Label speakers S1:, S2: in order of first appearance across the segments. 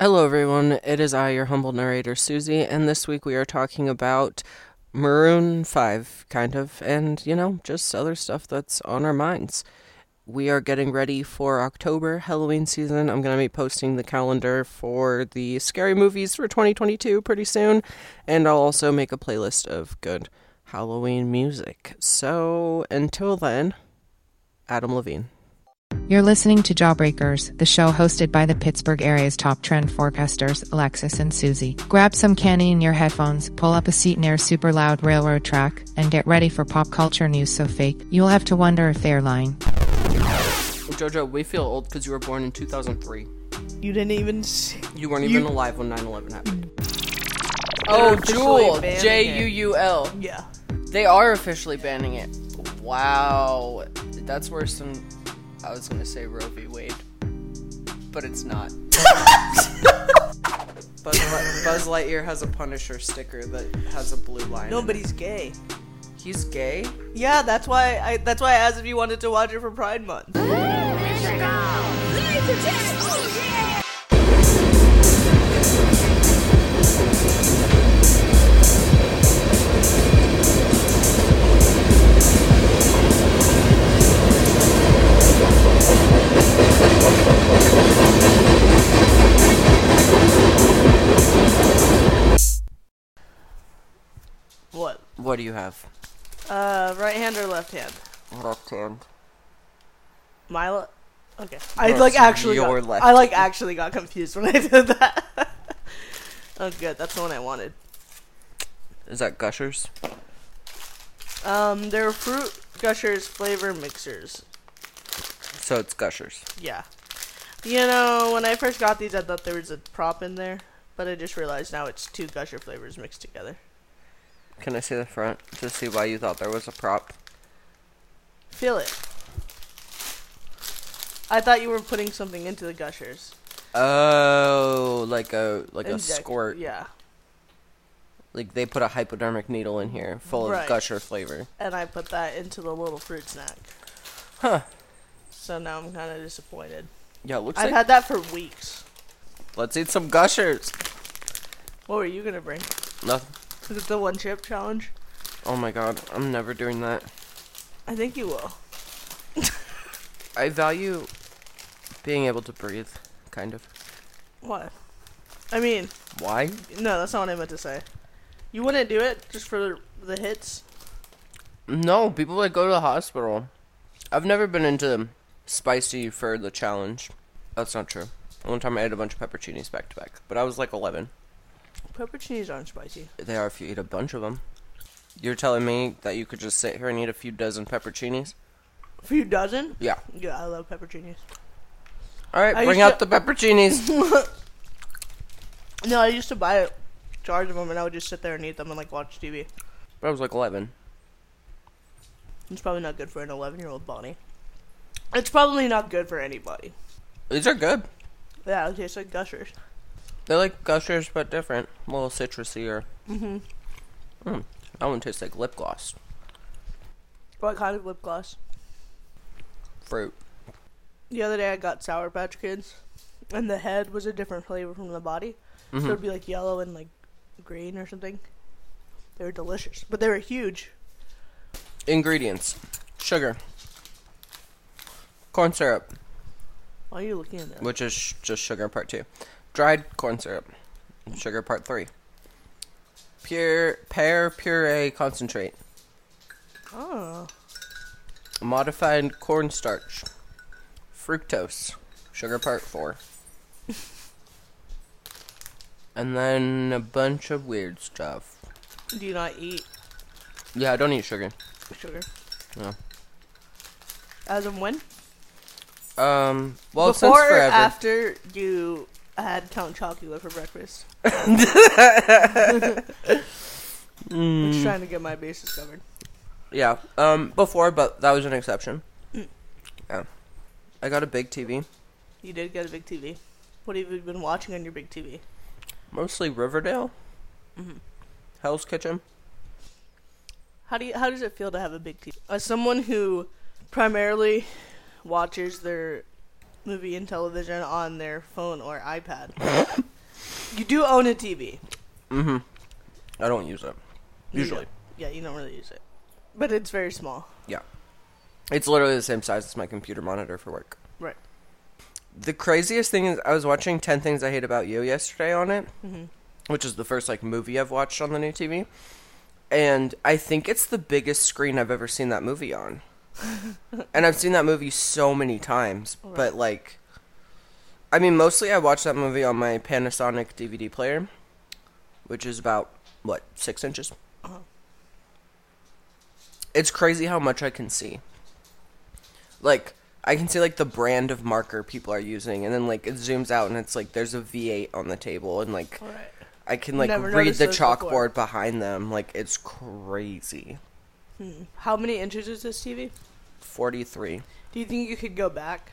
S1: Hello, everyone. It is I, your humble narrator, Susie, and this week we are talking about Maroon 5, kind of, and, you know, just other stuff that's on our minds. We are getting ready for October, Halloween season. I'm going to be posting the calendar for the scary movies for 2022 pretty soon, and I'll also make a playlist of good Halloween music. So, until then, Adam Levine.
S2: You're listening to Jawbreakers, the show hosted by the Pittsburgh area's top trend forecasters, Alexis and Susie. Grab some candy in your headphones, pull up a seat near a super loud railroad track, and get ready for pop culture news so fake you'll have to wonder if they're lying.
S1: Jojo, we feel old because you were born in 2003.
S3: You didn't even see.
S1: You weren't
S3: You-
S1: even alive when 9 11 happened. Oh, Jewel!
S3: banning it.
S1: J U U L.
S3: Yeah.
S1: They are officially banning it. Wow. That's worse than. I was gonna say Roe v. Wade. But it's not. Buzz, Li- Buzz Lightyear has a Punisher sticker that has a blue line.
S3: No,
S1: in
S3: but
S1: it.
S3: he's gay.
S1: He's gay?
S3: Yeah, that's why I that's why I asked if you wanted to watch it for Pride Month. What?
S1: What do you have?
S3: Uh, right hand or left hand?
S1: Left hand.
S3: My le- okay. I
S1: That's
S3: like actually
S1: your
S3: got,
S1: left.
S3: I like actually got confused when I did that. oh good, that's the one I wanted.
S1: Is that Gushers?
S3: Um, they're fruit gushers flavor mixers.
S1: So it's Gushers.
S3: Yeah. You know, when I first got these, I thought there was a prop in there, but I just realized now it's two gusher flavors mixed together.
S1: Can I see the front to see why you thought there was a prop?
S3: Feel it. I thought you were putting something into the gushers.
S1: Oh, like a like a
S3: Inject-
S1: squirt.
S3: Yeah.
S1: Like they put a hypodermic needle in here full of
S3: Right.
S1: gusher flavor.
S3: and I put that into the little fruit snack. Huh. So now I'm kind of disappointed.
S1: Yeah, it looks
S3: I've
S1: like
S3: had that for weeks.
S1: let's eat some gushers.
S3: What were you gonna bring?
S1: Nothing.
S3: Is it the one chip challenge?
S1: Oh my god, I'm never doing that.
S3: I think you will.
S1: I value being able to breathe, kind of.
S3: What? I mean,
S1: Why?
S3: no, that's not what I meant to say. You wouldn't do it just for the hits.
S1: No, people that go to the hospital. I've never been into spicy for the challenge. That's not true. One time I ate a bunch of pepperoncinis back to back, but I was like 11.
S3: Pepperoncinis aren't spicy.
S1: They are if you eat a bunch of them. You're telling me that you could just sit here and eat a few dozen pepperoncinis?
S3: A few dozen?
S1: Yeah.
S3: Yeah, I love pepperoncinis.
S1: All right,
S3: I
S1: bring
S3: used
S1: out the pepperoncinis.
S3: No, I used to buy a charge of them, and I would just sit there and eat them and like watch TV.
S1: but I was like 11.
S3: It's probably not good for an 11 year old Bonnie. It's probably not good for anybody.
S1: These are good.
S3: Yeah, it tastes like gushers.
S1: They're like gushers, but different. A little citrusy or. Mm-hmm. Mm, that one tastes like lip gloss.
S3: What kind of lip gloss?
S1: Fruit.
S3: The other day I got Sour Patch Kids, and the head was a different flavor from the body. So it'd be like yellow and like green or something. They were delicious, but they were huge.
S1: Ingredients sugar, corn syrup,
S3: Why are you looking at that?
S1: which is sh- just sugar part two, dried corn syrup, sugar part three, pure pear puree concentrate,
S3: Oh,
S1: modified cornstarch, fructose, sugar part four, and then a bunch of weird stuff.
S3: do you not eat
S1: Yeah, I don't eat sugar.
S3: sugar?
S1: No.
S3: As of when?
S1: Um. Well, since
S3: Before or
S1: forever.
S3: after you had Count Chocula for breakfast? I'm
S1: Hmm.
S3: just trying to get my bases covered.
S1: Yeah. Um. Before, but that was an exception.
S3: Mm.
S1: Yeah. I got a big TV,
S3: You did get a big TV. What have you been watching on your big TV?
S1: mostly Riverdale,
S3: Mm-hmm.
S1: Hell's Kitchen.
S3: How do you, how does it feel to have a big TV? As someone who primarily watches their movie and television on their phone or iPad, You do own a TV.
S1: Mm-hmm. I don't use it.
S3: You
S1: Usually.
S3: don't- yeah, you don't really use it, but it's very small.
S1: It's literally the same size as my computer monitor for work.
S3: Right.
S1: The craziest thing is I was watching 10 Things I Hate About You yesterday on it,
S3: Mhm.
S1: which is the first like movie I've watched on the new TV. And I think it's the biggest screen I've ever seen that movie on. and I've seen that movie so many times,
S3: Right.
S1: but like I mean mostly I watched that movie on my Panasonic DVD player, which is about what, 6 inches.
S3: Uh-huh.
S1: It's crazy how much I can see like I can see like the brand of marker people are using, and then like it zooms out and it's like there's a V8 on the table, and like
S3: All right.
S1: I can like
S3: Never
S1: read
S3: noticed
S1: the
S3: those before.
S1: chalkboard behind them. Like it's crazy.
S3: How many inches is this TV?
S1: Forty three.
S3: Do you think you could go back?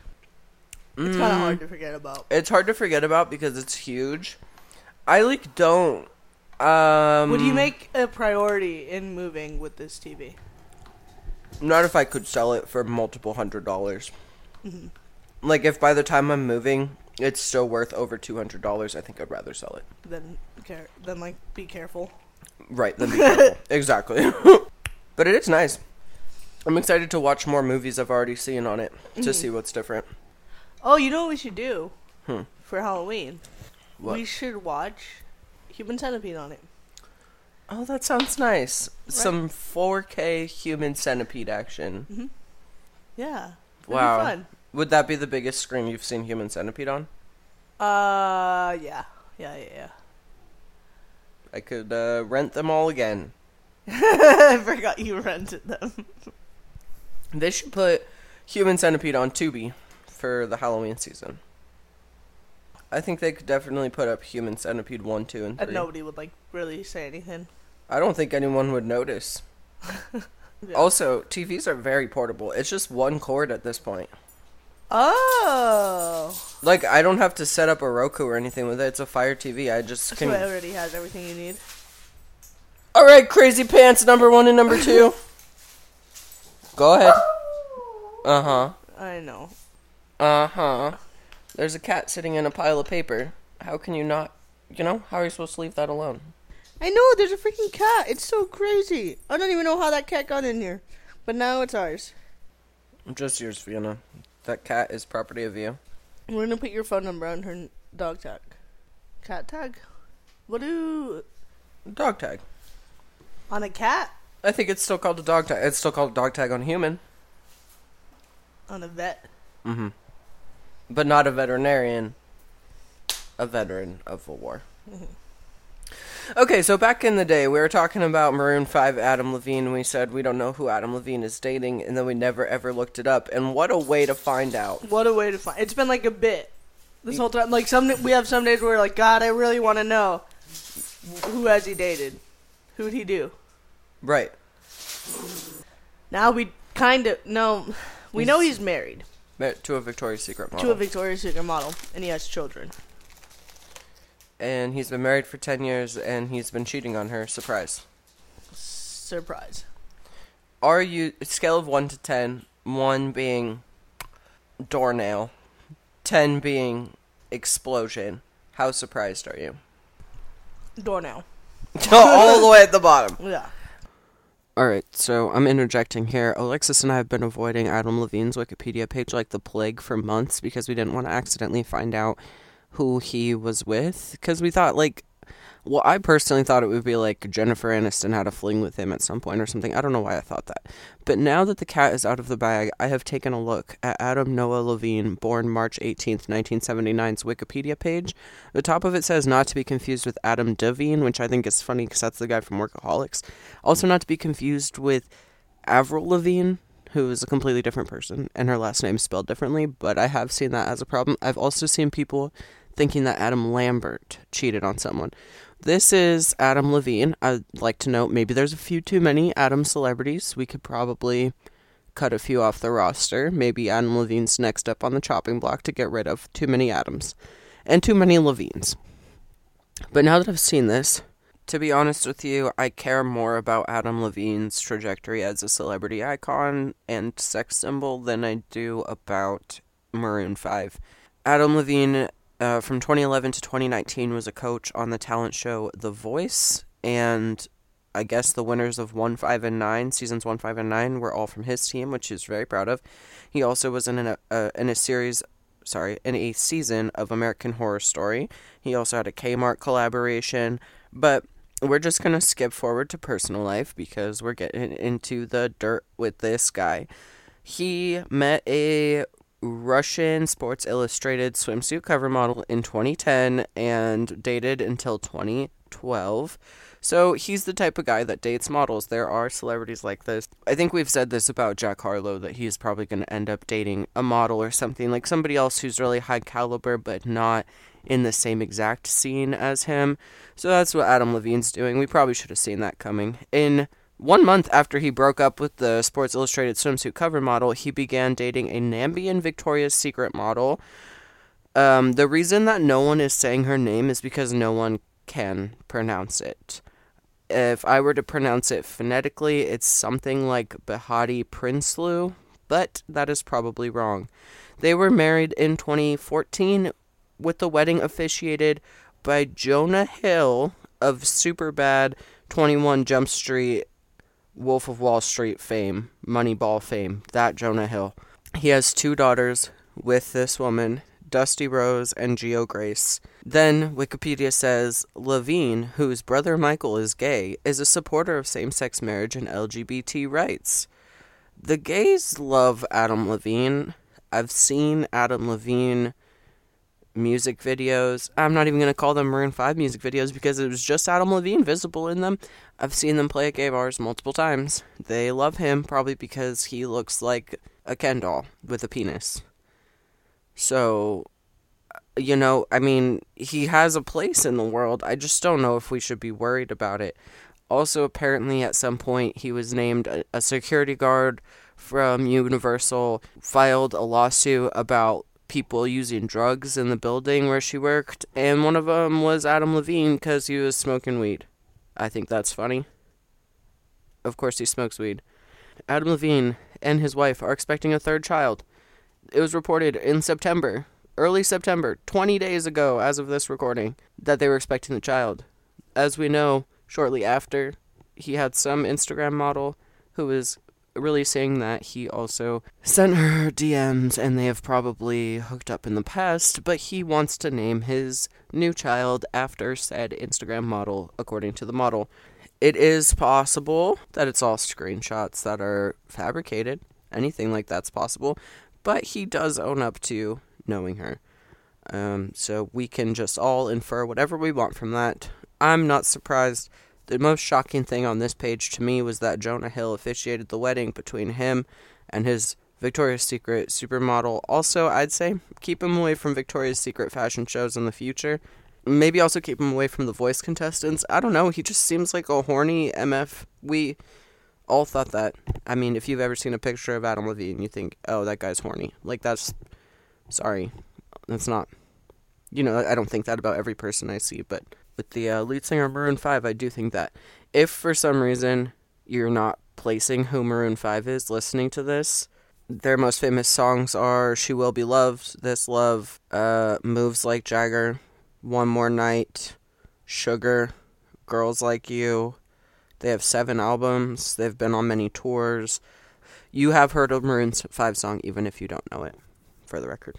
S3: It's kind of hard to forget about.
S1: It's hard to forget about because it's huge. I like don't. Um,
S3: Would you make a priority in moving with this TV?
S1: Not if I could sell it for multiple hundred dollars.
S3: Mm-hmm.
S1: Like if by the time I'm moving, it's still worth over two hundred dollars. I think I'd rather sell it.
S3: Then care. Then like be careful.
S1: Right, then be careful. exactly. but it is nice. I'm excited to watch more movies I've already seen on it
S3: Mm-hmm.
S1: to see what's different.
S3: Oh, you know what we should do
S1: Hmm.
S3: for Halloween?
S1: What?
S3: We should watch Human Centipede on it.
S1: oh, that sounds nice. Some 4K human centipede action.
S3: Yeah. It'd Mm-hmm. be
S1: Wow.
S3: fun.
S1: Would that be the biggest screen you've seen human centipede on?
S3: Uh, yeah, yeah, yeah,
S1: I could uh, rent them all again.
S3: yeah. I forgot you rented them.
S1: They should put human centipede on Tubi for the Halloween season. I think they could definitely put up human centipede 1, 2, and 3.
S3: And nobody would like really say anything.
S1: I don't think anyone would notice.
S3: Yeah.
S1: Also, TVs are very portable. It's just one cord at this point.
S3: Oh,
S1: Like I don't have to set up a Roku or anything with it. It's a Fire TV. I just
S3: so it
S1: can.
S3: already has everything you need.
S1: All right, crazy pants number one and number two. Go ahead. Uh huh.
S3: I know.
S1: Uh huh. There's a cat sitting in a pile of paper. How can you not? You know how are you supposed to leave that alone?
S3: I know. There's a freaking cat. It's so crazy. I don't even know how that cat got in here, but now it's ours.
S1: Just yours, Fiona. That cat is property of you.
S3: We're gonna put your phone number on her n- dog tag. Cat tag. What do
S1: Dog tag.
S3: on a cat?
S1: I think it's still called a dog tag. It's still called a dog tag on human.
S3: On a vet.
S1: but not a veterinarian, a veteran of the war. Okay, so back in the day, we were talking about Maroon 5 Adam Levine. We said we don't know who Adam Levine is dating, and then we never ever looked it up. And what a way to find out.
S3: What a way to find. It's been like a bit this whole time. Like some we have some days where we're like, God, I really want to know who has he dated, who'd he do.
S1: Right.
S3: Now we kind of no, we know he's married
S1: Ma- To a Victoria's Secret model.
S3: to a Victoria's Secret model, and he has children.
S1: and he's been married for 10 years, and he's been cheating on her. Surprise.
S3: Surprise.
S1: Are you, scale of 1 to 10, 1 being doornail, 10 being explosion, how surprised are you?
S3: Door now.
S1: all the way at the bottom.
S3: Yeah.
S1: All right, so I'm interjecting here. Alexis and I have been avoiding Adam Levine's Wikipedia page like the plague for months because we didn't want to accidentally find out who he was with because we thought like well, I personally thought it would be like Jennifer Aniston had a fling with him at some point or something. I don't know why I thought that. But now that the cat is out of the bag, I have taken a look at Adam Noah Levine, born March 18th, 1979's Wikipedia page. The top of it says not to be confused with Adam Devine, which I think is funny because that's the guy from Workaholics. Also, not to be confused with Avril Levine, who is a completely different person, and her last name is spelled differently, but I have seen that as a problem. I've also seen people thinking that Adam Lambert cheated on someone. This is Adam Levine. I'd like to note maybe there's a few too many Adam celebrities. We could probably cut a few off the roster. Maybe Adam Levine's next up on the chopping block to get rid of too many Adams and too many Levines. But now that I've seen this, to be honest with you, I care more about Adam Levine's trajectory as a celebrity icon and sex symbol than I do about Maroon 5. Adam Levine uh, from 2011 to 2019 was a coach on the talent show The Voice, and I guess the winners of one, five, and nine seasons one, five, and nine were all from his team, which he's very proud of. He also was in an, uh, in a series, sorry, in a season of American Horror Story. He also had a Kmart collaboration, but we're just gonna skip forward to personal life because we're getting into the dirt with this guy. He met a Russian Sports Illustrated swimsuit cover model in 2010 and dated until 2012. So he's the type of guy that dates models. There are celebrities like this. I think we've said this about Jack Harlow that he is probably going to end up dating a model or something, like somebody else who's really high caliber but not in the same exact scene as him. So that's what Adam Levine's doing. We probably should have seen that coming. In one month after he broke up with the Sports Illustrated swimsuit cover model, he began dating a Namibian Victoria's Secret model. Um, the reason that no one is saying her name is because no one can pronounce it. If I were to pronounce it phonetically, it's something like Bihati Prinsloo, but that is probably wrong. They were married in 2014 with the wedding officiated by Jonah Hill of Superbad, 21 Jump Street, Wolf of Wall Street fame, Moneyball fame, that Jonah Hill. He has two daughters with this woman, Dusty Rose and Geo Grace. Then Wikipedia says Levine, whose brother Michael is gay, is a supporter of same sex marriage and LGBT rights. The gays love Adam Levine. I've seen Adam Levine music videos. I'm not even going to call them Maroon 5 music videos because it was just Adam Levine visible in them. I've seen them play at gay bars multiple times. They love him probably because he looks like a Ken doll with a penis. So, you know, I mean, he has a place in the world. I just don't know if we should be worried about it. Also, apparently, at some point, he was named a, a security guard from Universal, filed a lawsuit about people using drugs in the building where she worked, and one of them was Adam Levine because he was smoking weed. I think that's funny. Of course, he smokes weed. Adam Levine and his wife are expecting a third child. It was reported in September, early September, 20 days ago, as of this recording, that they were expecting the child. As we know, shortly after, he had some Instagram model who was really saying that he also sent her DMs and they have probably hooked up in the past, but he wants to name his new child after said Instagram model, according to the model. It is possible that it's all screenshots that are fabricated. Anything like that's possible. But he does own up to knowing her. Um, so we can just all infer whatever we want from that. I'm not surprised the most shocking thing on this page to me was that Jonah Hill officiated the wedding between him and his Victoria's Secret supermodel. Also, I'd say keep him away from Victoria's Secret fashion shows in the future. Maybe also keep him away from the voice contestants. I don't know, he just seems like a horny MF. We all thought that. I mean, if you've ever seen a picture of Adam Levine, you think, oh, that guy's horny. Like, that's. Sorry. That's not. You know, I don't think that about every person I see, but with the uh, lead singer of Maroon 5, I do think that if for some reason you're not placing who Maroon 5 is listening to this, their most famous songs are She Will Be Loved, This Love, uh, Moves Like Jagger, One More Night, Sugar, Girls Like You. They have seven albums, they've been on many tours. You have heard a Maroon 5 song, even if you don't know it, for the record.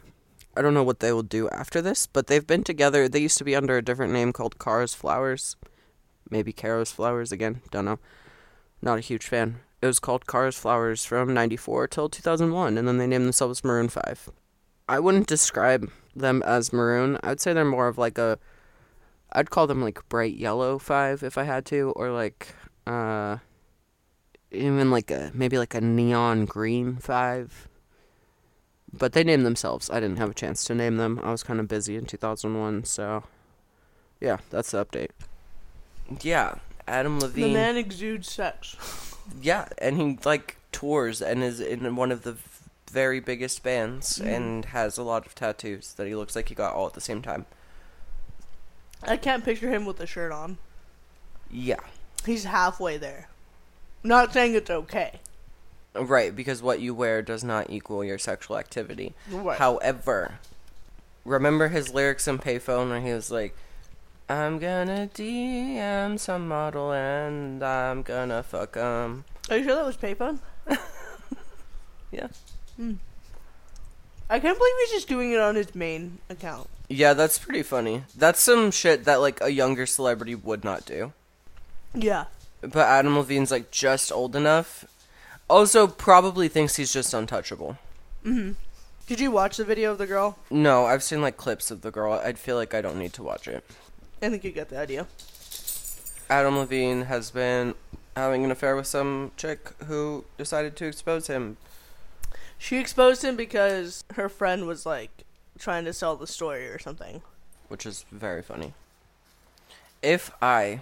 S1: I don't know what they will do after this, but they've been together. They used to be under a different name called Cars Flowers. Maybe Caro's Flowers again. Don't know. Not a huge fan. It was called Cars Flowers from 94 till 2001, and then they named themselves Maroon 5. I wouldn't describe them as maroon. I'd say they're more of like a. I'd call them like bright yellow 5 if I had to, or like. uh even like a maybe like a neon green 5 but they named themselves. I didn't have a chance to name them. I was kind of busy in 2001, so yeah, that's the update. Yeah, Adam Levine.
S3: The man exudes sex.
S1: Yeah, and he like tours and is in one of the very biggest bands mm. and has a lot of tattoos that he looks like he got all at the same time.
S3: I can't picture him with a shirt on.
S1: Yeah.
S3: He's halfway there. Not saying it's okay.
S1: Right, because what you wear does not equal your sexual activity. Right. However, remember his lyrics in Payphone where he was like, I'm gonna DM some model and I'm gonna fuck 'em.
S3: Are you sure that was payphone?
S1: Yeah.
S3: I can't believe he's just doing it on his main account.
S1: Yeah, that's pretty funny. That's some shit that like a younger celebrity would not do.
S3: Yeah.
S1: But Adam Levine's like just old enough. Also, probably thinks he's just untouchable.
S3: Did you watch the video of the girl?
S1: No, I've seen like clips of the girl. I'd feel like I don't need to watch it.
S3: I think you got the idea.
S1: Adam Levine has been having an affair with some chick who decided to expose him.
S3: She exposed him because her friend was like trying to sell the story or something.
S1: which is very funny. If I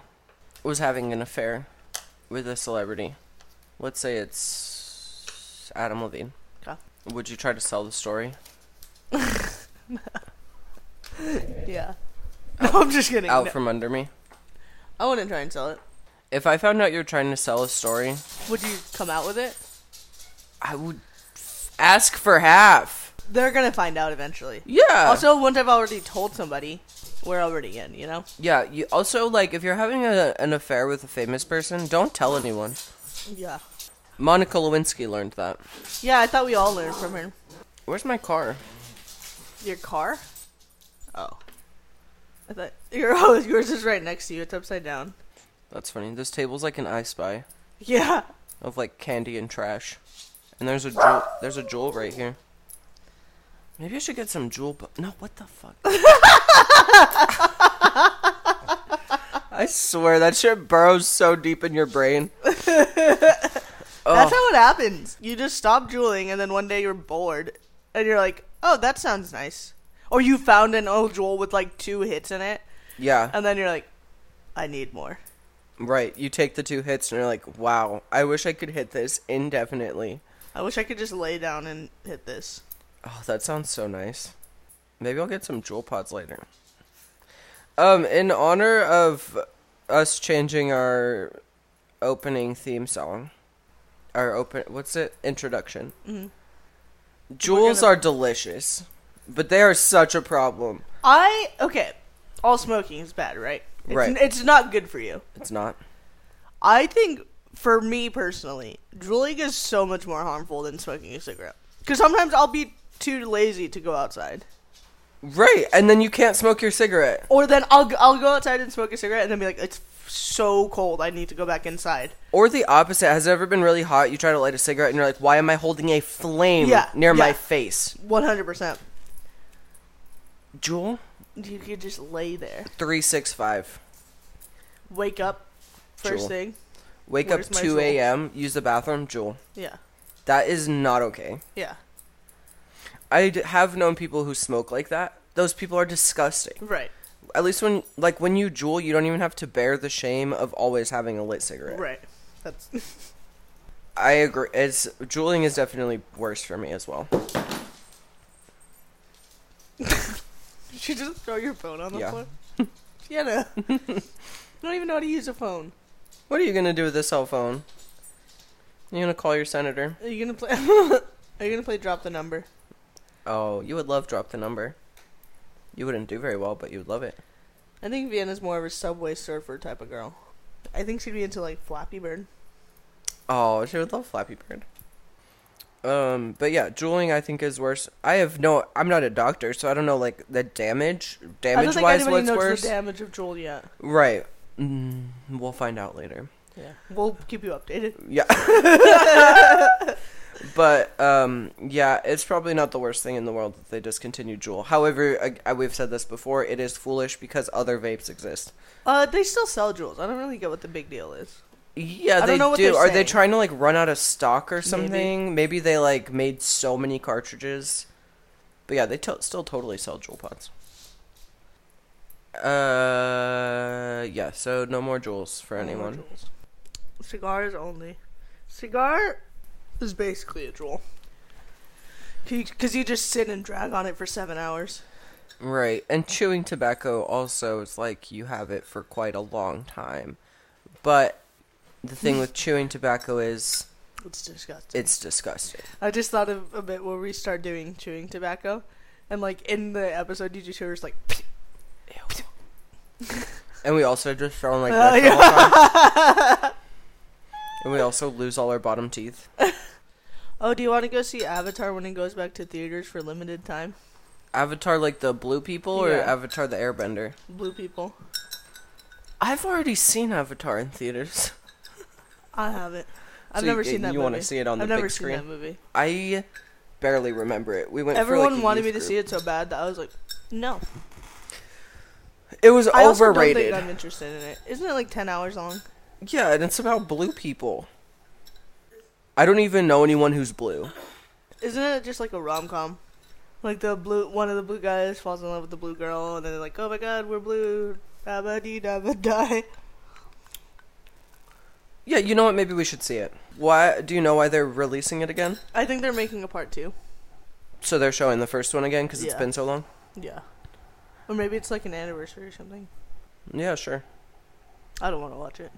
S1: was having an affair with a celebrity, let's say it's Adam Levine,
S3: Okay.
S1: would you try to sell the story?
S3: Yeah. No, I'm just kidding.
S1: Out
S3: No.
S1: from under me?
S3: I wouldn't try and sell it.
S1: If I found out you're trying to sell a story,
S3: Would you come out with it?
S1: I would ask for half.
S3: They're gonna find out eventually.
S1: Yeah.
S3: Also, once I've already told somebody, we're already in. You know.
S1: yeah. You also like if you're having a, an affair with a famous person, don't tell anyone.
S3: Yeah.
S1: Monica Lewinsky learned that.
S3: Yeah, I thought we all learned from her.
S1: Where's my car?
S3: Your car? Oh. I thought your oh yours is right next to you. It's upside down.
S1: That's funny. This table's like an I Spy.
S3: Yeah.
S1: of like candy and trash. And there's a jewel. There's a jewel right here. Maybe I should get some jewel. Bu- no, what the fuck? I swear that shit burrows so deep in your brain. Oh,
S3: That's how it happens. You just stop jeweling, and then one day you're bored, and you're like, "Oh, that sounds nice." Or you found an old jewel with like two hits in it,
S1: Yeah,
S3: and then you're like, "I need more."
S1: right. You take the two hits and you're like, "Wow, I wish I could hit this indefinitely."
S3: I wish I could just lay down and hit this.
S1: Oh, that sounds so nice. Maybe I'll get some jewel pods later. Um, in honor of us changing our opening theme song, our open what's it introduction? Jewels
S3: gonna-
S1: are delicious, but they are such a problem.
S3: I okay. All smoking is bad, right? It's,
S1: Right.
S3: It's not good for you.
S1: It's not.
S3: I think for me personally, drooling is so much more harmful than smoking a cigarette. Because sometimes I'll be too lazy to go outside,
S1: Right, and then you can't smoke your cigarette,
S3: or then I'll g- I'll go outside and smoke a cigarette, and then be like, it's f- so cold, I need to go back inside.
S1: or the opposite. Has it ever been really hot? You try to light a cigarette, and you're like, "Why am I holding a flame
S3: Yeah,
S1: near my
S3: yeah.
S1: face?"
S3: One hundred percent.
S1: Jewel
S3: You could just lay there,
S1: three six five.
S3: wake up, first
S1: Jewel.
S3: thing.
S1: Wake
S3: Where's
S1: up
S3: my
S1: 2
S3: Juul?
S1: a.m., use the bathroom, Jewel.
S3: Yeah,
S1: That is not okay.
S3: yeah,
S1: I d- have known people who smoke like that. Those people are disgusting.
S3: right,
S1: At least when, like, when you Jewel, you don't even have to bear the shame of always having a lit cigarette.
S3: right. That's
S1: I agree. It's, Juuling is definitely worse for me as well.
S3: Did you just throw your phone on the
S1: Yeah.
S3: floor? Jenna. you don't even know how to use a phone.
S1: What are you going to do with this cell phone? You going to call your senator?
S3: Are you gonna play Are you gonna play drop the number?
S1: Oh, you would love drop the number. You wouldn't do very well, but you would love it.
S3: I think Vienna's more of a subway surfer type of girl. I think she'd be into like Flappy Bird.
S1: Oh, she would love Flappy Bird. Um, but yeah, jeweling I think is worse. I have no, I'm not a doctor, so I don't know like the damage,
S3: I don't
S1: damage
S3: think
S1: wise,
S3: anybody
S1: what's
S3: knows
S1: worse.
S3: the damage of Joel yet.
S1: right. Mm, we'll find out later.
S3: Yeah. We'll keep you updated.
S1: Yeah. but um, yeah, it's probably not the worst thing in the world that they discontinue Juul. However, I, I, we've said this before, it is foolish because other vapes exist.
S3: Uh they still sell Jules. I don't really get what the big deal is.
S1: Yeah,
S3: don't
S1: they
S3: know what
S1: do.
S3: they're
S1: Are they
S3: saying.
S1: trying to like run out of stock or something? Maybe, they like made so many cartridges. But yeah, they to- still totally sell jewel pods. Uh, yeah. So no more jewels for anyone.
S3: Juuls. Cigars only. Cigar is basically a Juul. Because you just sit and drag on it for seven hours.
S1: Right, and chewing tobacco also is like you have it for quite a long time. But the thing with chewing tobacco is
S3: It's disgusting.
S1: it's disgusting.
S3: I just thought of a bit where we start doing chewing tobacco, And like in the episode, you just hear us like,
S1: And we also just sound like
S3: Oh,
S1: that the whole time. And we also lose all our bottom teeth.
S3: "Oh, do you want to go see Avatar when it goes back to theaters for limited time?"
S1: Avatar like the blue people or
S3: Yeah.
S1: Avatar the airbender?
S3: Blue people,
S1: I've already seen Avatar in theaters.
S3: I haven't. I've
S1: So
S3: never
S1: you-
S3: seen that.
S1: you
S3: want
S1: wanna see it on the
S3: I've never
S1: big
S3: seen
S1: screen?
S3: that movie.
S1: I barely remember it. We went for
S3: Everyone
S1: like a
S3: wanted
S1: youth
S3: me to
S1: group.
S3: see it so bad that I was like, "No."
S1: It was
S3: I also don't
S1: overrated.
S3: think I'm interested in it. Isn't it like ten hours long?
S1: Yeah, and it's about blue people. I don't even know anyone who's blue.
S3: Isn't it just like a rom com? Like the blue one of the blue guys falls in love with the blue girl, and then they're like, "Oh my God, we're blue." Da ba dee da ba die.
S1: Yeah, you know what? Maybe we should see it. Why? Do you know why they're releasing it again?
S3: I think they're making a part two.
S1: So they're showing the first one again because it's
S3: Yeah.
S1: been so long.
S3: Yeah. Or maybe it's like an anniversary or something.
S1: Yeah, sure.
S3: I don't want to watch it.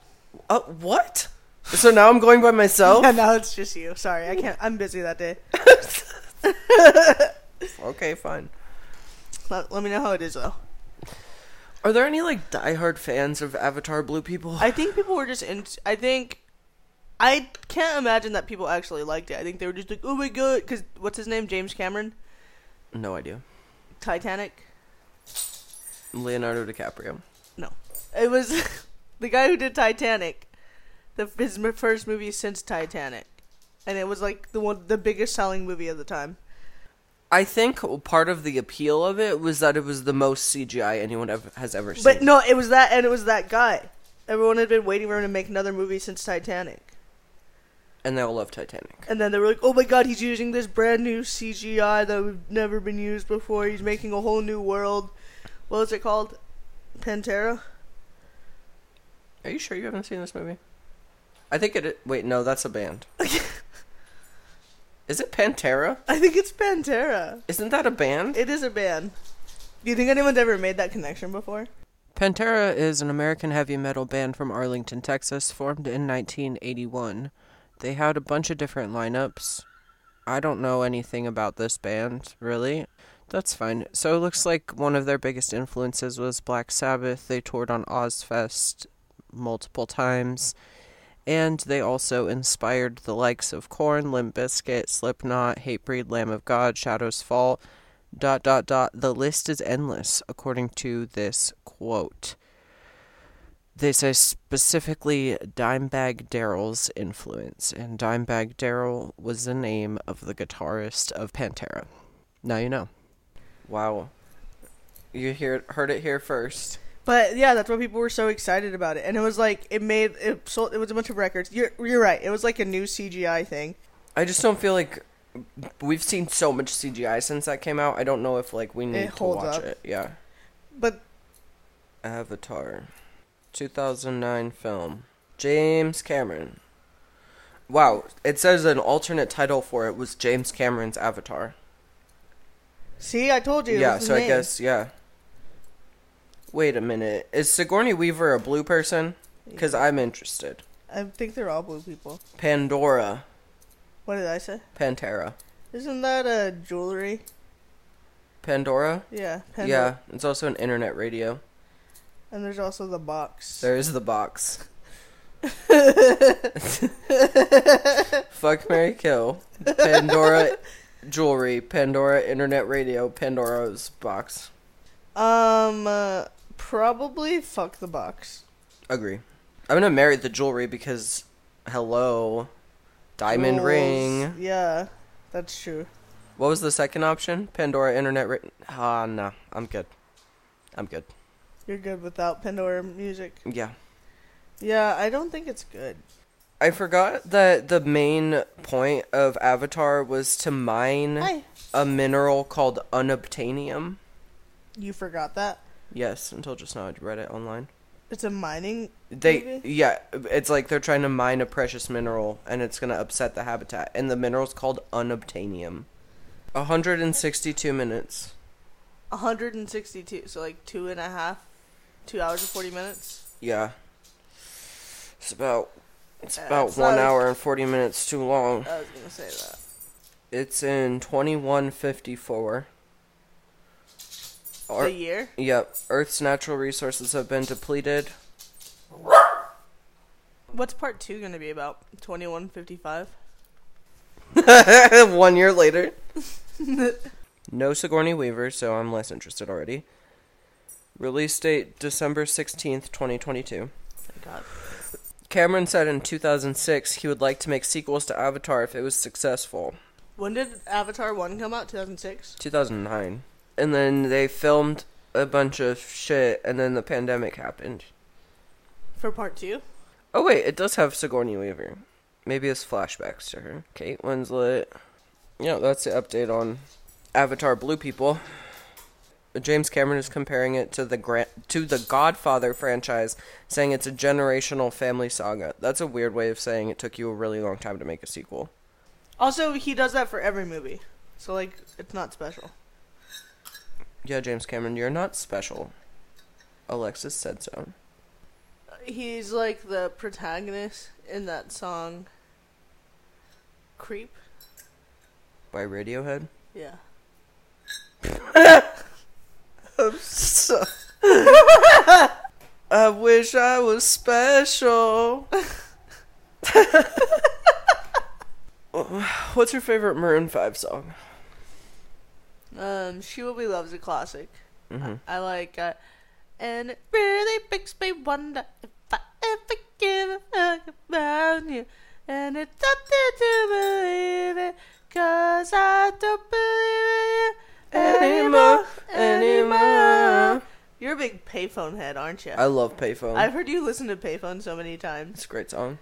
S1: Uh, what? So now I'm going by myself.
S3: Yeah, now it's just you. Sorry, I can't. I'm busy that day.
S1: okay, fine.
S3: Let, let me know how it is though.
S1: Are there any like diehard fans of Avatar Blue people?
S3: I think people were just in. I think. I can't imagine that people actually liked it. I think they were just like, "Oh my god," because what's his name, James Cameron,
S1: no idea.
S3: Titanic.
S1: Leonardo DiCaprio.
S3: No, it was the guy who did Titanic, the his m- first movie since Titanic, and it was like the one the biggest selling movie at the time.
S1: I think part of the appeal of it was that it was the most CGI anyone ever, has ever seen.
S3: But no, it was that, and it was that guy. Everyone had been waiting for him to make another movie since Titanic,
S1: and they all love Titanic.
S3: and then they were like, "Oh my God, he's using this brand new CGI that we've never been used before. He's making a whole new world. What was it called? Pantera."
S1: Are you sure you haven't seen this movie? I think it. i- Wait, no, that's a band. Is it Pantera?
S3: I think it's Pantera.
S1: Isn't that a band?
S3: It is a band. Do you think anyone's ever made that connection before?
S1: Pantera is an American heavy metal band from Arlington, Texas, formed in 1981. They had a bunch of different lineups. I don't know anything about this band, really. That's fine. So it looks like one of their biggest influences was Black Sabbath. They toured on Ozfest multiple times. And they also inspired the likes of Korn, Limp Bizkit, Slipknot, Hatebreed, Lamb of God, Shadows Fall, dot dot dot the list is endless according to this quote they say specifically dimebag daryl's influence and dimebag daryl was the name of the guitarist of pantera now you know wow you hear, heard it here first
S3: But yeah, that's why people were so excited about it, and it was like it made it sold. It was a bunch of records. You're you're right. It was like a new CGI thing.
S1: i just don't feel like we've seen so much cgi since that came out i don't know if like we need to
S3: holds
S1: watch
S3: up.
S1: it yeah
S3: But
S1: Avatar. 2009 film. James Cameron. Wow, it says an alternate title for it was James Cameron's Avatar.
S3: see, I told you. it
S1: yeah,
S3: was the
S1: so I
S3: name.
S1: guess, yeah. Wait a minute. Is Sigourney Weaver a blue person? Because I'm interested.
S3: I think they're all blue people.
S1: Pandora.
S3: What did I say?
S1: Pantera.
S3: Isn't that a jewelry?
S1: Pandora?
S3: Yeah. Pendle.
S1: Yeah, it's also an internet radio.
S3: And there's also the box.
S1: There is the box. Fuck Mary Kill. Pandora jewelry, Pandora internet radio, Pandora's box.
S3: Um, uh, probably fuck the box.
S1: Agree. I'm gonna marry the jewelry because hello. Diamond
S3: Jewels.
S1: ring.
S3: Yeah, that's true.
S1: What was the second option? Pandora internet ra Ah, no. I'm good. I'm good.
S3: You're good without Pandora music.
S1: Yeah.
S3: Yeah, I don't think it's good.
S1: I forgot that the main point of Avatar was to mine
S3: Hi.
S1: a mineral called unobtainium.
S3: You forgot that.
S1: Yes, until just now I read it online.
S3: It's a mining.
S1: They
S3: movie?
S1: yeah, it's like they're trying to mine a precious mineral and it's going to upset the habitat and the mineral's called unobtainium. 162 minutes.
S3: 162 so like two and a half two hours and 40 minutes
S1: Yeah. It's about it's
S3: Uh,
S1: about
S3: it's
S1: 1
S3: not as-
S1: hour and 40 minutes too long.
S3: i was gonna say that
S1: It's in 2154. Or-
S3: the year.
S1: Yep, Earth's natural resources have been depleted.
S3: What's part two gonna be about? Twenty one fifty five.
S1: One year later. no Sigourney Weaver, so I'm less interested already. Release date December 16th, 2022.
S3: Thank God.
S1: Cameron said in 2006 he would like to make sequels to Avatar if it was successful.
S3: When did Avatar one come out? Two thousand six.
S1: 2009. And then they filmed a bunch of shit, and then the pandemic happened.
S3: For part two.
S1: Oh, wait, it does have Sigourney Weaver. Maybe it's flashbacks to her. Kate Winslet. Yeah, that's the update on Avatar Blue People. James Cameron is comparing it to the Gra- to the Godfather franchise, saying it's a generational family saga. That's a weird way of saying it took you a really long time to make a sequel.
S3: Also, he does that for every movie, so like it's not special.
S1: Yeah, James Cameron, you're not special. Alexis said so.
S3: He's like the protagonist in that song. Creep.
S1: By Radiohead.
S3: Yeah.
S1: So- I wish I was special. What's your favorite Maroon 5 song?
S3: Um, she will be love's a classic.
S1: Mhm.
S3: I like, uh, and it really makes me wonder if I ever give a fuck about you. And it's nothing to believe it, cause I don't believe it anymore, anymore. You're a big payphone head, aren't you?
S1: I love Payphone.
S3: I've heard you listen to payphone so many times.
S1: it's a great song.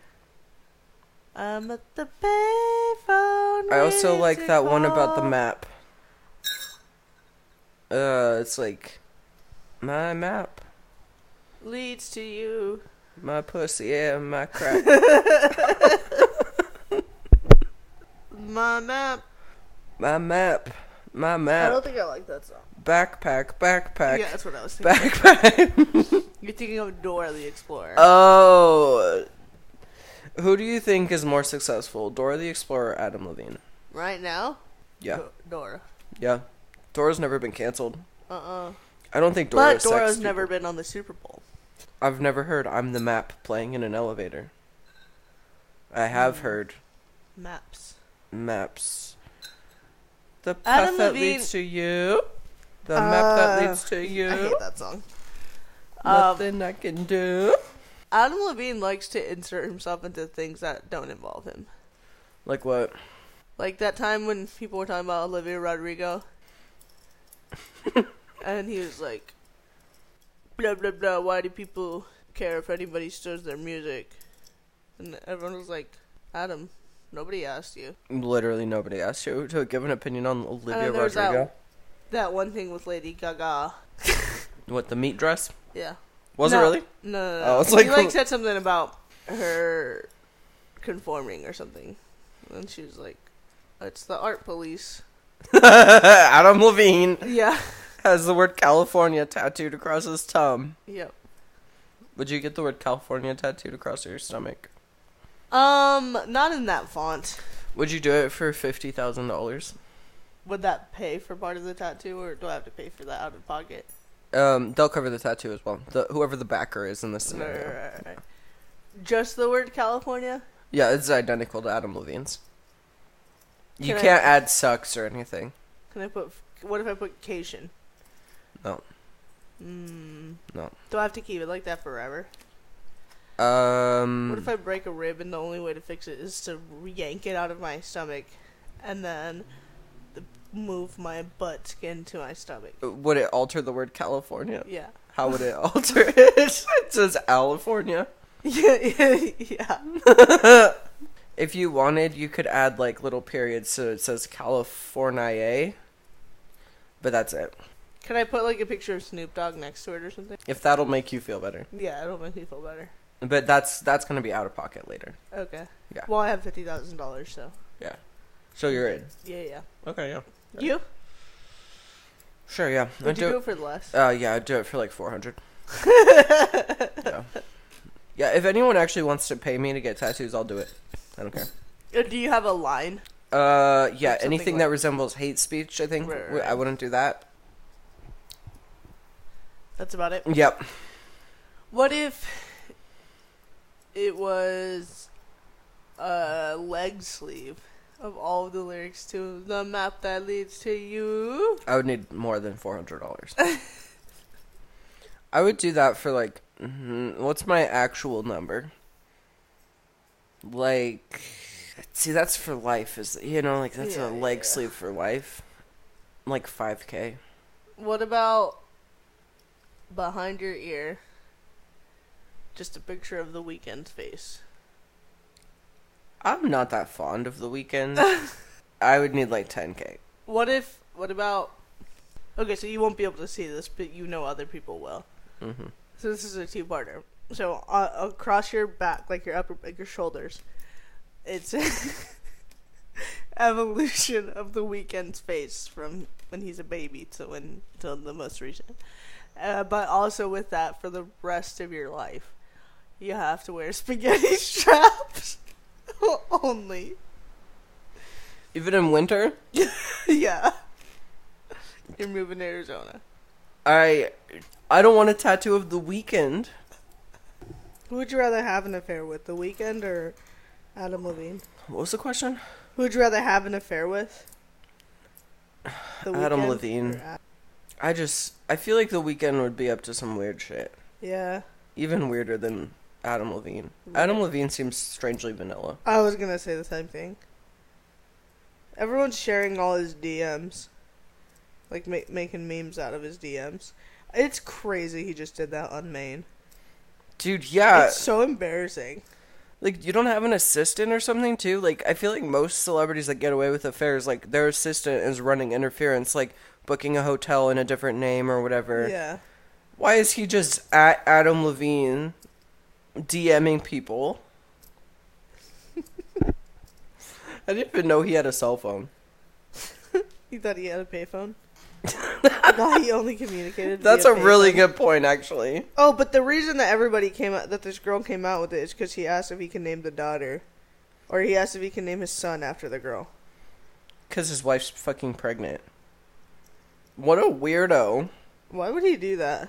S3: I'm at the payphone.
S1: I also
S3: ready
S1: like
S3: to
S1: that one about the
S3: call.
S1: map. Uh, it's like my map,
S3: Leads to you.
S1: my pussy, and my crack.
S3: My map.
S1: my map, my
S3: I don't
S1: map,
S3: think I like that song.
S1: backpack, backpack,
S3: Yeah, that's what I was thinking.
S1: backpack.
S3: You're thinking of Dora the Explorer.
S1: Uh, Oh. Who do you think is more successful, Dora the Explorer or Adam Levine?
S3: right now?
S1: Yeah.
S3: Do- Dora.
S1: Yeah. Dora's never been canceled.
S3: Uh uh
S1: I don't think Dora
S3: But Dora's
S1: sexed
S3: never
S1: people.
S3: been on the Super Bowl.
S1: I've never heard I'm the map playing in an elevator. I
S3: Hmm.
S1: have heard
S3: Maps.
S1: maps. The path
S3: Adam
S1: that
S3: Levine-
S1: leads to you. The map that
S3: Uh,
S1: leads to
S3: I hate
S1: you.
S3: that song. Um,
S1: Nothing I can do.
S3: Adam Levine likes to insert himself into things that don't involve him.
S1: Like what?
S3: Like that time when people were talking about Olivia Rodrigo. and he was like, blah, blah, blah, why do people care if anybody steals their music? And everyone was like, Adam, nobody asked you.
S1: Literally nobody asked you to give an opinion on Olivia
S3: there was Uh, that-
S1: Rodrigo.
S3: That one thing with Lady Gaga.
S1: What, the meat dress?
S3: Yeah.
S1: Was
S3: no,
S1: it really?
S3: No, no,
S1: Oh,
S3: no.
S1: it's
S3: he
S1: like-
S3: like said something about her conforming or something. And she was like, it's the art police.
S1: Adam Levine
S3: Yeah.
S1: has the word California tattooed across his tum.
S3: yep.
S1: Would you get the word California tattooed across your stomach?
S3: Um, not in that font.
S1: Would you do it for fifty thousand dollars?
S3: Would that pay for part of the tattoo, or do I have to pay for that out of pocket?
S1: Um, they'll cover the tattoo as well. The, whoever the backer is in this
S3: Right, right,
S1: scenario.
S3: right, right. Just the word California?
S1: Yeah, it's identical to Adam Levine's. You
S3: Can I-
S1: can't add sucks or anything.
S3: Can I put? What if I put Cation?
S1: No.
S3: Mm.
S1: No.
S3: Do I have to keep it like that forever?
S1: Um,
S3: What
S1: Hmm.
S3: if I break a rib and the only way to fix it is to yank it out of my stomach, and then th- move my butt skin to my stomach?
S1: would it alter the word California?
S3: Yeah.
S1: How would it alter it? it says California.
S3: Yeah. yeah.
S1: If you wanted, you could add like little periods so it says California, but that's it.
S3: Can I put like a picture of Snoop Dogg next to it or something?
S1: If that'll make you feel better,
S3: Yeah, it'll make me feel better.
S1: but that's that's gonna be out of pocket later.
S3: Okay.
S1: Yeah.
S3: Well, I have fifty thousand dollars, so
S1: So you're in.
S3: yeah, yeah.
S1: Okay, yeah.
S3: You?
S1: Sure, yeah. I
S3: Would you do
S1: do.
S3: it for less?
S1: Uh, yeah, I do it for like four hundred. yeah. yeah. If anyone actually wants to pay me to get tattoos, I'll do it. I don't care.
S3: Or Uh, do you have a line?
S1: Uh, yeah.
S3: Something
S1: Anything
S3: like-
S1: that resembles hate speech, I think
S3: Right, right,
S1: w- I
S3: right.
S1: wouldn't do that.
S3: That's about it.
S1: Yep.
S3: What if it was a leg sleeve of all of the lyrics to the map that leads to you?
S1: I would need more than four hundred dollars. I would do that for like, mhm, what's my actual number? Like, see, that's for life. Is you know, like that's
S3: Yeah,
S1: a leg
S3: yeah.
S1: sleeve for life, like five k.
S3: What about behind your ear? Just a picture of the weekend face.
S1: I'm not that fond of the weekend. I would need like ten k.
S3: What if? What about? Okay, so you won't be able to see this, but you know other people will.
S1: Mhm.
S3: So this is a two-parter. So uh, across your back, like your upper, like your shoulders, it's evolution of the weekend's face from when he's a baby to when to the most recent. Uh, but also with that, for the rest of your life, you have to wear spaghetti straps only.
S1: Even in winter,
S3: yeah. You're moving to Arizona.
S1: I I don't want a tattoo of the weekend.
S3: Who would you rather have an affair with, The Weekend or Adam Levine?
S1: What was the question?
S3: Who would you rather have an affair with? The
S1: Adam
S3: Weeknd
S1: Levine.
S3: or Ad-
S1: I just I feel like the weekend would be up to some weird shit.
S3: yeah,
S1: Even weirder than Adam Levine. Adam Levine seems strangely vanilla.
S3: I was gonna say the same thing. Everyone's sharing all his DMs, like ma- making memes out of his DMs. It's crazy he just did that on Maine.
S1: Dude, yeah.
S3: it's so embarrassing.
S1: Like you don't have an assistant or something too? Like I feel like most celebrities that get away with affairs, like their assistant is running interference, like booking a hotel in a different name or whatever.
S3: Yeah,
S1: Why is he just at Adam Levine DMing people? I didn't even know he had a cell phone.
S3: he thought he had a payphone. I thought he only communicated.
S1: That's
S3: via
S1: a really
S3: payphone.
S1: good point, actually.
S3: Oh, but the reason that everybody came out, that this girl came out with it is because he asked if he can name the daughter. Or he asked if he can name his son after the girl.
S1: Because his wife's fucking pregnant. What a weirdo.
S3: Why would he do that?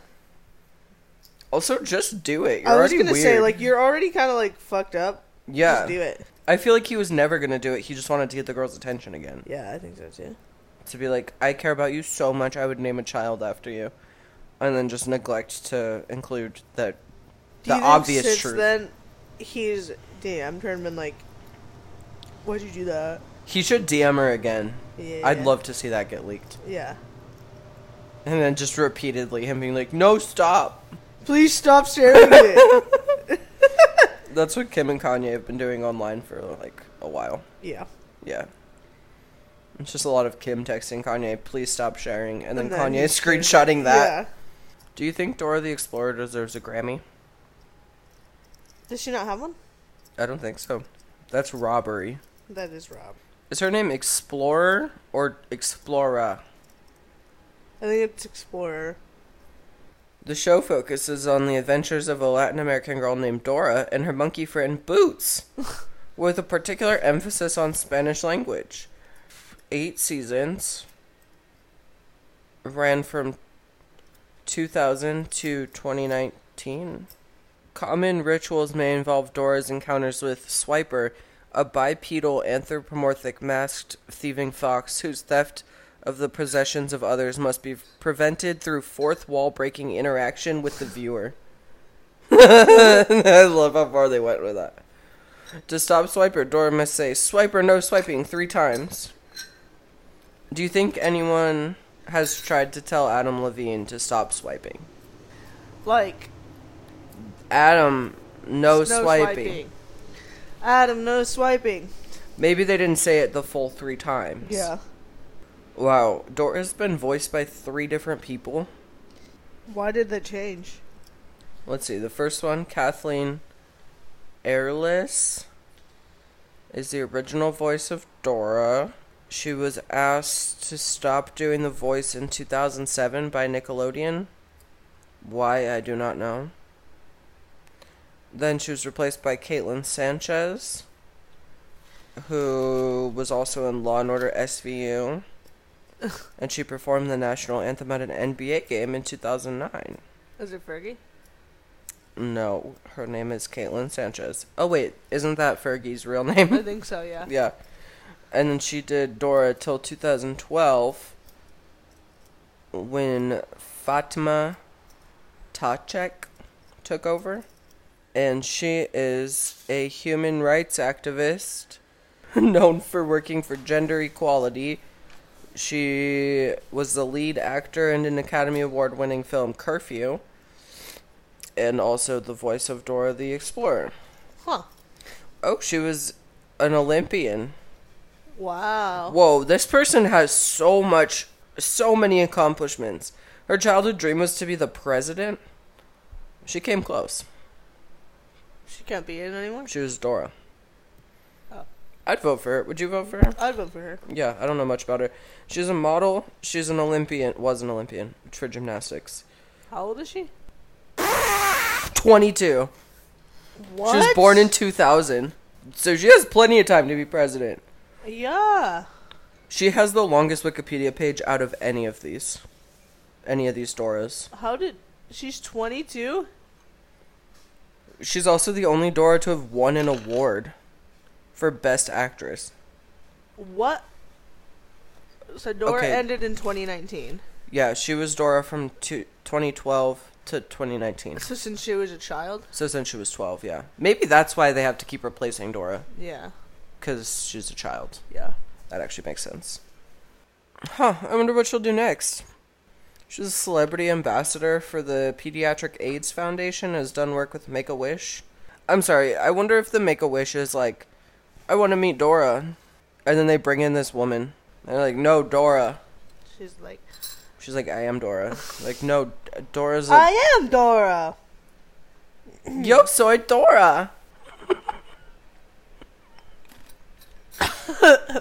S1: Also, just do it. You're
S3: I was
S1: already
S3: gonna
S1: weird.
S3: say, like, you're already kind of, like, fucked up. Just do
S1: yeah.
S3: it.
S1: I feel like he was never going to do it. He just wanted to get the girl's attention again.
S3: Yeah, I think so too.
S1: To be like, I care about you so much, I would name a child after you. And then just neglect to include that
S3: Do
S1: the
S3: you think
S1: obvious
S3: since
S1: truth.
S3: then, he's damn turned been like, why'd you do that?
S1: He should DM her again.
S3: Yeah.
S1: I'd love to see that get leaked.
S3: Yeah.
S1: And then just repeatedly him being like, "No, stop."
S3: Please stop sharing it.
S1: That's what Kim and Kanye have been doing online for like a while.
S3: yeah.
S1: Yeah. It's just a lot of Kim texting Kanye, "Please stop sharing," and then,
S3: And then
S1: Kanye
S3: he's-
S1: screenshotting that.
S3: Yeah.
S1: Do you think Dora the Explorer deserves a Grammy?
S3: Does she not have one?
S1: I don't think so. That's robbery.
S3: That is Rob.
S1: Is her name Explorer or Explora?
S3: I think it's Explorer.
S1: The show focuses on the adventures of a Latin American girl named Dora and her monkey friend Boots, with a particular emphasis on Spanish language. Eight seasons ran from 2000 to 2019. Common rituals may involve Dora's encounters with Swiper, a bipedal anthropomorphic masked thieving fox whose theft of the possessions of others must be prevented through fourth wall breaking interaction with the viewer. I love how far they went with that. To stop Swiper, Dora must say, Swiper, no swiping, three times. Do you think anyone has tried to tell Adam Levine to stop swiping?
S3: Like,
S1: Adam, no,
S3: no
S1: swiping.
S3: swiping. Adam, no swiping.
S1: Maybe they didn't say it the full three times.
S3: Yeah.
S1: Wow, Dora's been voiced by three different people.
S3: Why did that change?
S1: Let's see. The first one, Kathleen Airless, is the original voice of Dora. She was asked to stop doing the voice in 2007 by Nickelodeon. Why, I do not know. Then she was replaced by Caitlin Sanchez, who was also in Law and Order SVU. And she performed the national anthem at an NBA game in 2009.
S3: Is it Fergie?
S1: No, her name is Caitlin Sanchez. Oh wait, isn't that Fergie's real
S3: I
S1: name?
S3: think so, yeah.
S1: yeah. And then she did Dora till 2012 when Fatima Tacek took over. And she is a human rights activist known for working for gender equality. She was the lead actor in an Academy Award winning film Curfew and also the voice of Dora the Explorer.
S3: Huh.
S1: Oh, she was an Olympian.
S3: Wow.
S1: Whoa, this person has so much, so many accomplishments. Her childhood dream was to be the president. She came close.
S3: She can't be in anymore.
S1: She was Dora.
S3: Oh.
S1: I'd vote for her. Would you vote for her?
S3: I'd vote for her.
S1: Yeah, I don't know much about her. She's a model. She's an Olympian. Was an Olympian for gymnastics.
S3: How old is she?
S1: 22.
S3: What?
S1: She was born in 2000. So she has plenty of time to be president.
S3: Yeah.
S1: She has the longest Wikipedia page out of any of these. Any of these Doras.
S3: How did. She's 22?
S1: She's also the only Dora to have won an award for Best Actress.
S3: What? So Dora
S1: Okay.
S3: ended in 2019.
S1: Yeah, she was Dora from two, 2012 to 2019.
S3: So since she was a child?
S1: So since she was 12, yeah. Maybe that's why they have to keep replacing Dora,
S3: Yeah.
S1: because she's a child.
S3: Yeah.
S1: That actually makes sense. Huh, I wonder what she'll do next. She's a celebrity ambassador for the Pediatric AIDS Foundation, has done work with Make a Wish. I'm sorry, I wonder if the Make a Wish is like, I want to meet Dora. And then they bring in this woman. And they're like, no, Dora.
S3: She's like,
S1: She's like, I am Dora. Like, no, D- Dora's a.
S3: I am Dora.
S1: Yo soy Dora!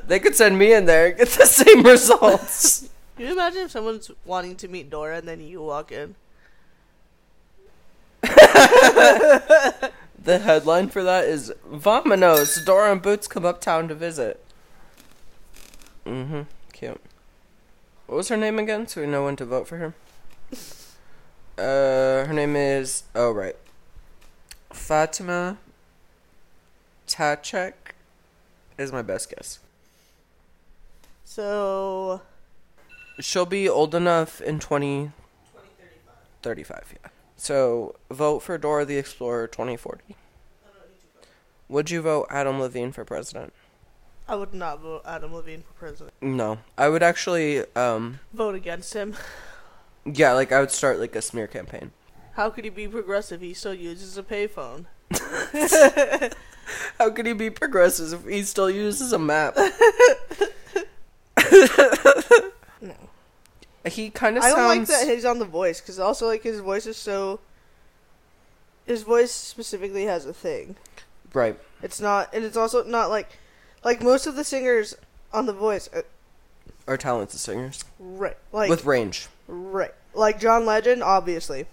S1: they could send me in there and get the same results.
S3: Can you imagine if someone's wanting to meet Dora and then you walk in?
S1: The headline for that is Vominos, Dora and Boots come uptown to visit. Mm-hmm. Cute. What was her name again? So we know when to vote for her. Uh her name is oh right. Fatima Tachek is my best guess.
S3: So.
S1: She'll be old enough in twenty thirty five, yeah. So vote for Dora the Explorer twenty forty. Would you vote Adam Levine for president?
S3: I would not vote Adam Levine for president.
S1: No, I would actually, um,
S3: Vote against him.
S1: yeah, like I would start like a smear campaign.
S3: How could he be progressive? He still uses a payphone.
S1: How could he be progressive if he still uses a map?
S3: No.
S1: He kind of
S3: I
S1: sounds.
S3: don't like that he's on The Voice because also like his voice is so. His voice specifically has a thing.
S1: Right.
S3: It's not, and it's also not like, like most of the singers on The Voice, uh,
S1: Our talented singers
S3: right? Like
S1: with range. Mm-hmm.
S3: right, like John Legend, obviously.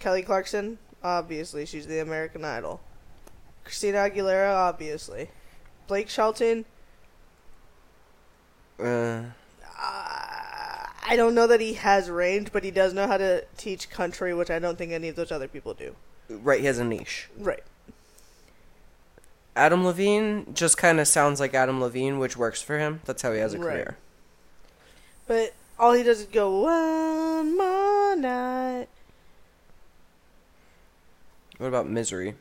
S3: Kelly Clarkson, obviously, she's the American Idol. Christina Aguilera, obviously. Blake Shelton,
S1: Uh,
S3: Uh, I don't know that he has range, but he does know how to teach country, which I don't think any of those other people do.
S1: right. He has a niche.
S3: Right.
S1: Adam Levine just kind of sounds like Adam Levine, which works for him. That's how he has a
S3: Right.
S1: career.
S3: But all he does is go one more night.
S1: What about Misery?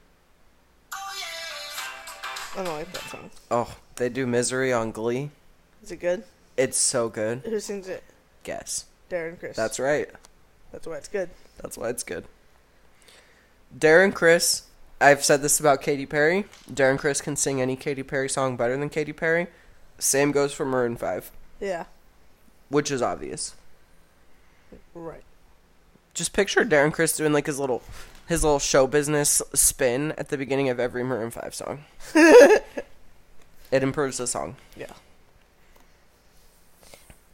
S3: I don't like that song.
S1: Oh, they do Misery on Glee.
S3: Is it good?
S1: It's so good.
S3: Who sings it?
S1: Guess.
S3: Darren Chris.
S1: That's right.
S3: that's why it's good.
S1: That's why it's good. Darren Chris, I've said this about Katy Perry. Darren Chris can sing any Katy Perry song better than Katy Perry. Same goes for Maroon 5,
S3: Yeah.
S1: which is obvious.
S3: Right.
S1: Just picture Darren Chris doing like his little his little show business spin at the beginning of every Maroon 5 song. it improves the song.
S3: Yeah.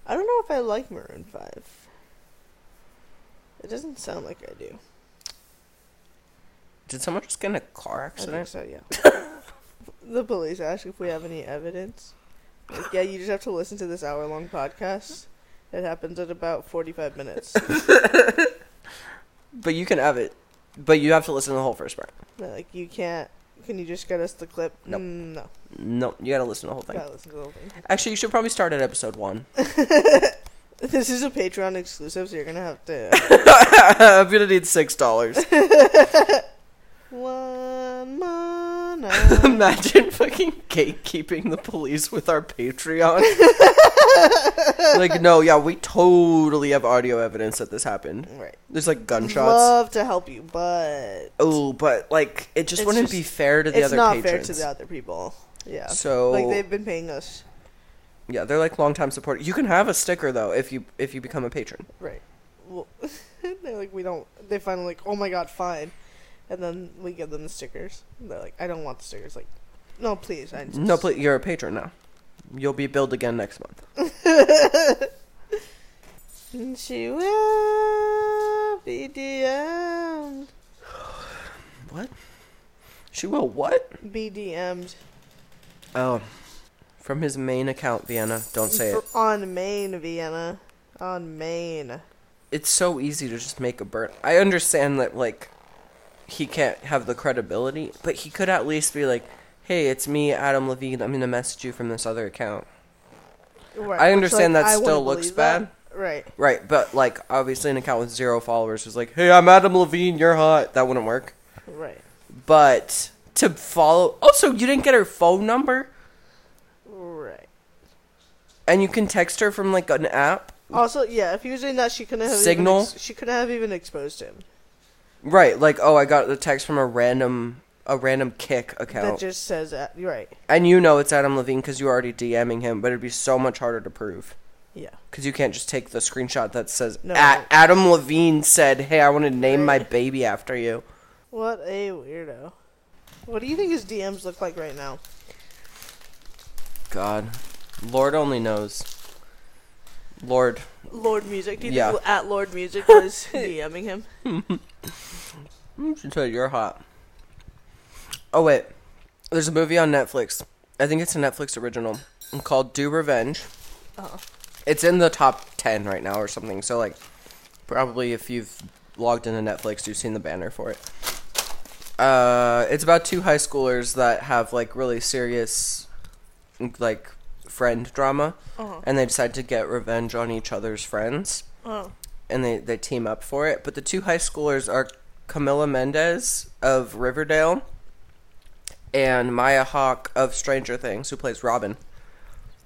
S3: I don't know if I like Maroon Five. It doesn't sound like I do.
S1: Did someone just get in a car
S3: I think
S1: accident?
S3: so. Yeah. the police ask if we have any evidence. Like, yeah, you just have to listen to this hour-long podcast. It happens in about forty-five minutes.
S1: but you can have it. But you have to listen to the whole first part.
S3: They're like, you can't. Can you just get us the clip?
S1: Nope.
S3: Mm, no.
S1: No, you gotta listen to the whole thing.
S3: Gotta listen to the whole thing.
S1: Actually, you should probably start at episode one.
S3: This is a Patreon exclusive, so you're gonna have to.
S1: I'm gonna need six dollars.
S3: One more night.
S1: Imagine fucking gatekeeping the police with our Patreon. like, no, yeah, we totally have audio evidence that this happened.
S3: Right.
S1: There's like gunshots.
S3: Love to help you, but
S1: Oh, but like, it just
S3: It's
S1: wouldn't
S3: just-
S1: be fair to the
S3: it's
S1: other
S3: not
S1: patrons.
S3: fair to the other people. Yeah.
S1: So-
S3: like they've been paying us.
S1: Yeah, they're like longtime supporters. You can have a sticker though if you if you become a patron.
S3: Right. Well, they're like, we don't. They finally like, oh my god, fine. And then we give them the stickers. And they're like, I don't want the stickers. Like, no, please. I just,
S1: No, pl- you're a patron now. You'll be billed again next month.
S3: And she will be DM'd.
S1: What? She will what?
S3: Be DM'd.
S1: Oh, from his main account, Vienna. Don't say it.
S3: For- On Maine, Vienna. On Maine.
S1: It's so easy to just make a burn. I understand that like he can't have the credibility, but he could at least be like, "Hey, it's me, Adam Levine. I'm gonna message you from this other account."
S3: Right,
S1: I
S3: which,
S1: understand
S3: like,
S1: that
S3: I wouldn't
S1: still looks
S3: believe that.
S1: bad.
S3: Right.
S1: Right, but like obviously an account with zero followers is like, "Hey, I'm Adam Levine. You're hot." That wouldn't work.
S3: Right.
S1: But to follow, also you didn't get her phone number,
S3: Right.
S1: and you can text her from like an app.
S3: Also, yeah, if he was doing that, she couldn't have even
S1: Signal?
S3: ex- she couldn't have even exposed him.
S1: Right, like oh, I got a text from a random a random kick
S3: That
S1: account,
S3: just says that. You're right.
S1: and you know it's Adam Levine because you're already DMing him, but it'd be so much harder to prove
S3: Yeah.
S1: because you can't just take the screenshot that says
S3: No.
S1: "A- Adam Levine said, "Hey, I want to name my baby after you."
S3: What a weirdo. What do you think his DMs look like right now?
S1: God, Lord only knows. Lord,
S3: Lord Music. Do you
S1: Yeah.
S3: think at Lord Music was DMing him?
S1: She said you're hot. Oh wait, there's a movie on Netflix. I think it's a Netflix original called Do Revenge.
S3: Oh.
S1: It's in the top ten right now or something. So like, probably if you've logged into Netflix, you've seen the banner for it. Uh, it's about two high schoolers that have like really serious, like, friend drama,
S3: Uh-huh.
S1: and they decide to get revenge on each other's friends
S3: Oh.
S1: and they, they team up for it. But the two high schoolers are Camila Mendez of Riverdale and Maya Hawke of Stranger Things, who plays Robin.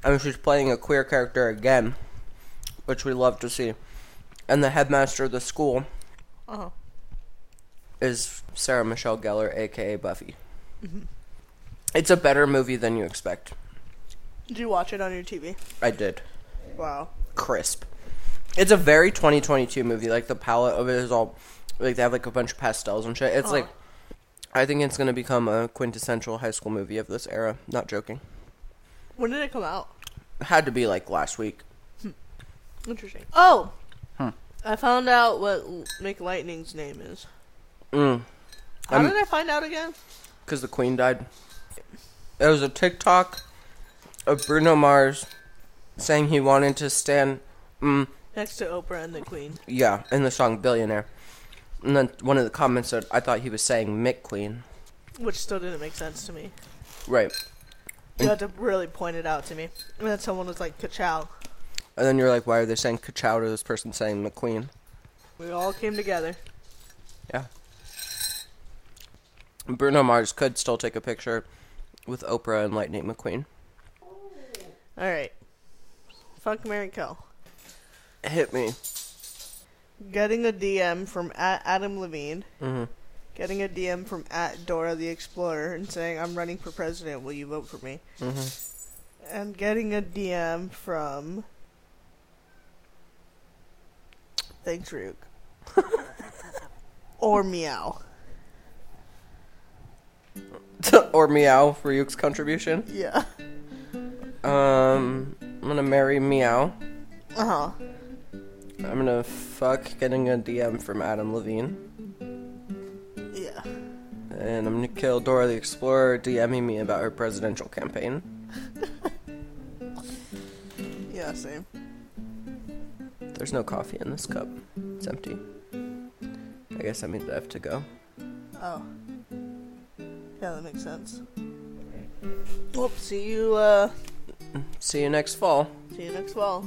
S1: And she's playing a queer character again, which we love to see. And the headmaster of the school
S3: Uh-huh.
S1: is Sarah Michelle Gellar, aka Buffy. It's a better movie than you expect.
S3: Did you watch it on your TV?
S1: I did.
S3: Wow.
S1: crisp. It's a very 2022 movie. Like the palette of it is all like they have like a bunch of pastels and shit. It's like I think it's gonna become a quintessential high school movie of this era. Not joking.
S3: When did it come out?
S1: It had to be like last week.
S3: Interesting. Oh. I found out what L- McLightning's name is.
S1: Mm.
S3: How
S1: I'm-
S3: did I find out again?
S1: Cause the queen died. It was a TikTok of Bruno Mars saying he wanted to stand. Mm,
S3: Next to Oprah and the Queen.
S1: yeah, in the song "Billionaire." And then one of the comments said, "I thought he was saying McQueen."
S3: Which still didn't make sense to me.
S1: Right.
S3: You had to really point it out to me. And then someone was like, ka
S1: And then you're like, why are they saying Kachow to this person saying McQueen?
S3: We all came together.
S1: Yeah. Bruno Mars could still take a picture with Oprah and Lightning McQueen.
S3: Alright. Fuck Mary Kill.
S1: Hit me.
S3: Getting a DM from at Adam Levine. Getting a DM from at Dora the Explorer and saying, I'm running for president, will you vote for me? And getting a DM from. Thanks, Rook. or Meow.
S1: or Meow for Yuke's contribution.
S3: Yeah.
S1: Um, I'm gonna marry Meow.
S3: Uh huh.
S1: I'm gonna fuck getting a DM from Adam Levine.
S3: Yeah.
S1: And I'm gonna kill Dora the Explorer DMing me about her presidential campaign.
S3: Yeah, same.
S1: There's no coffee in this cup. It's empty. I guess that means I have to go.
S3: Oh. Yeah, that makes sense. Whoops, see you, uh,
S1: See you next fall.
S3: see you next fall.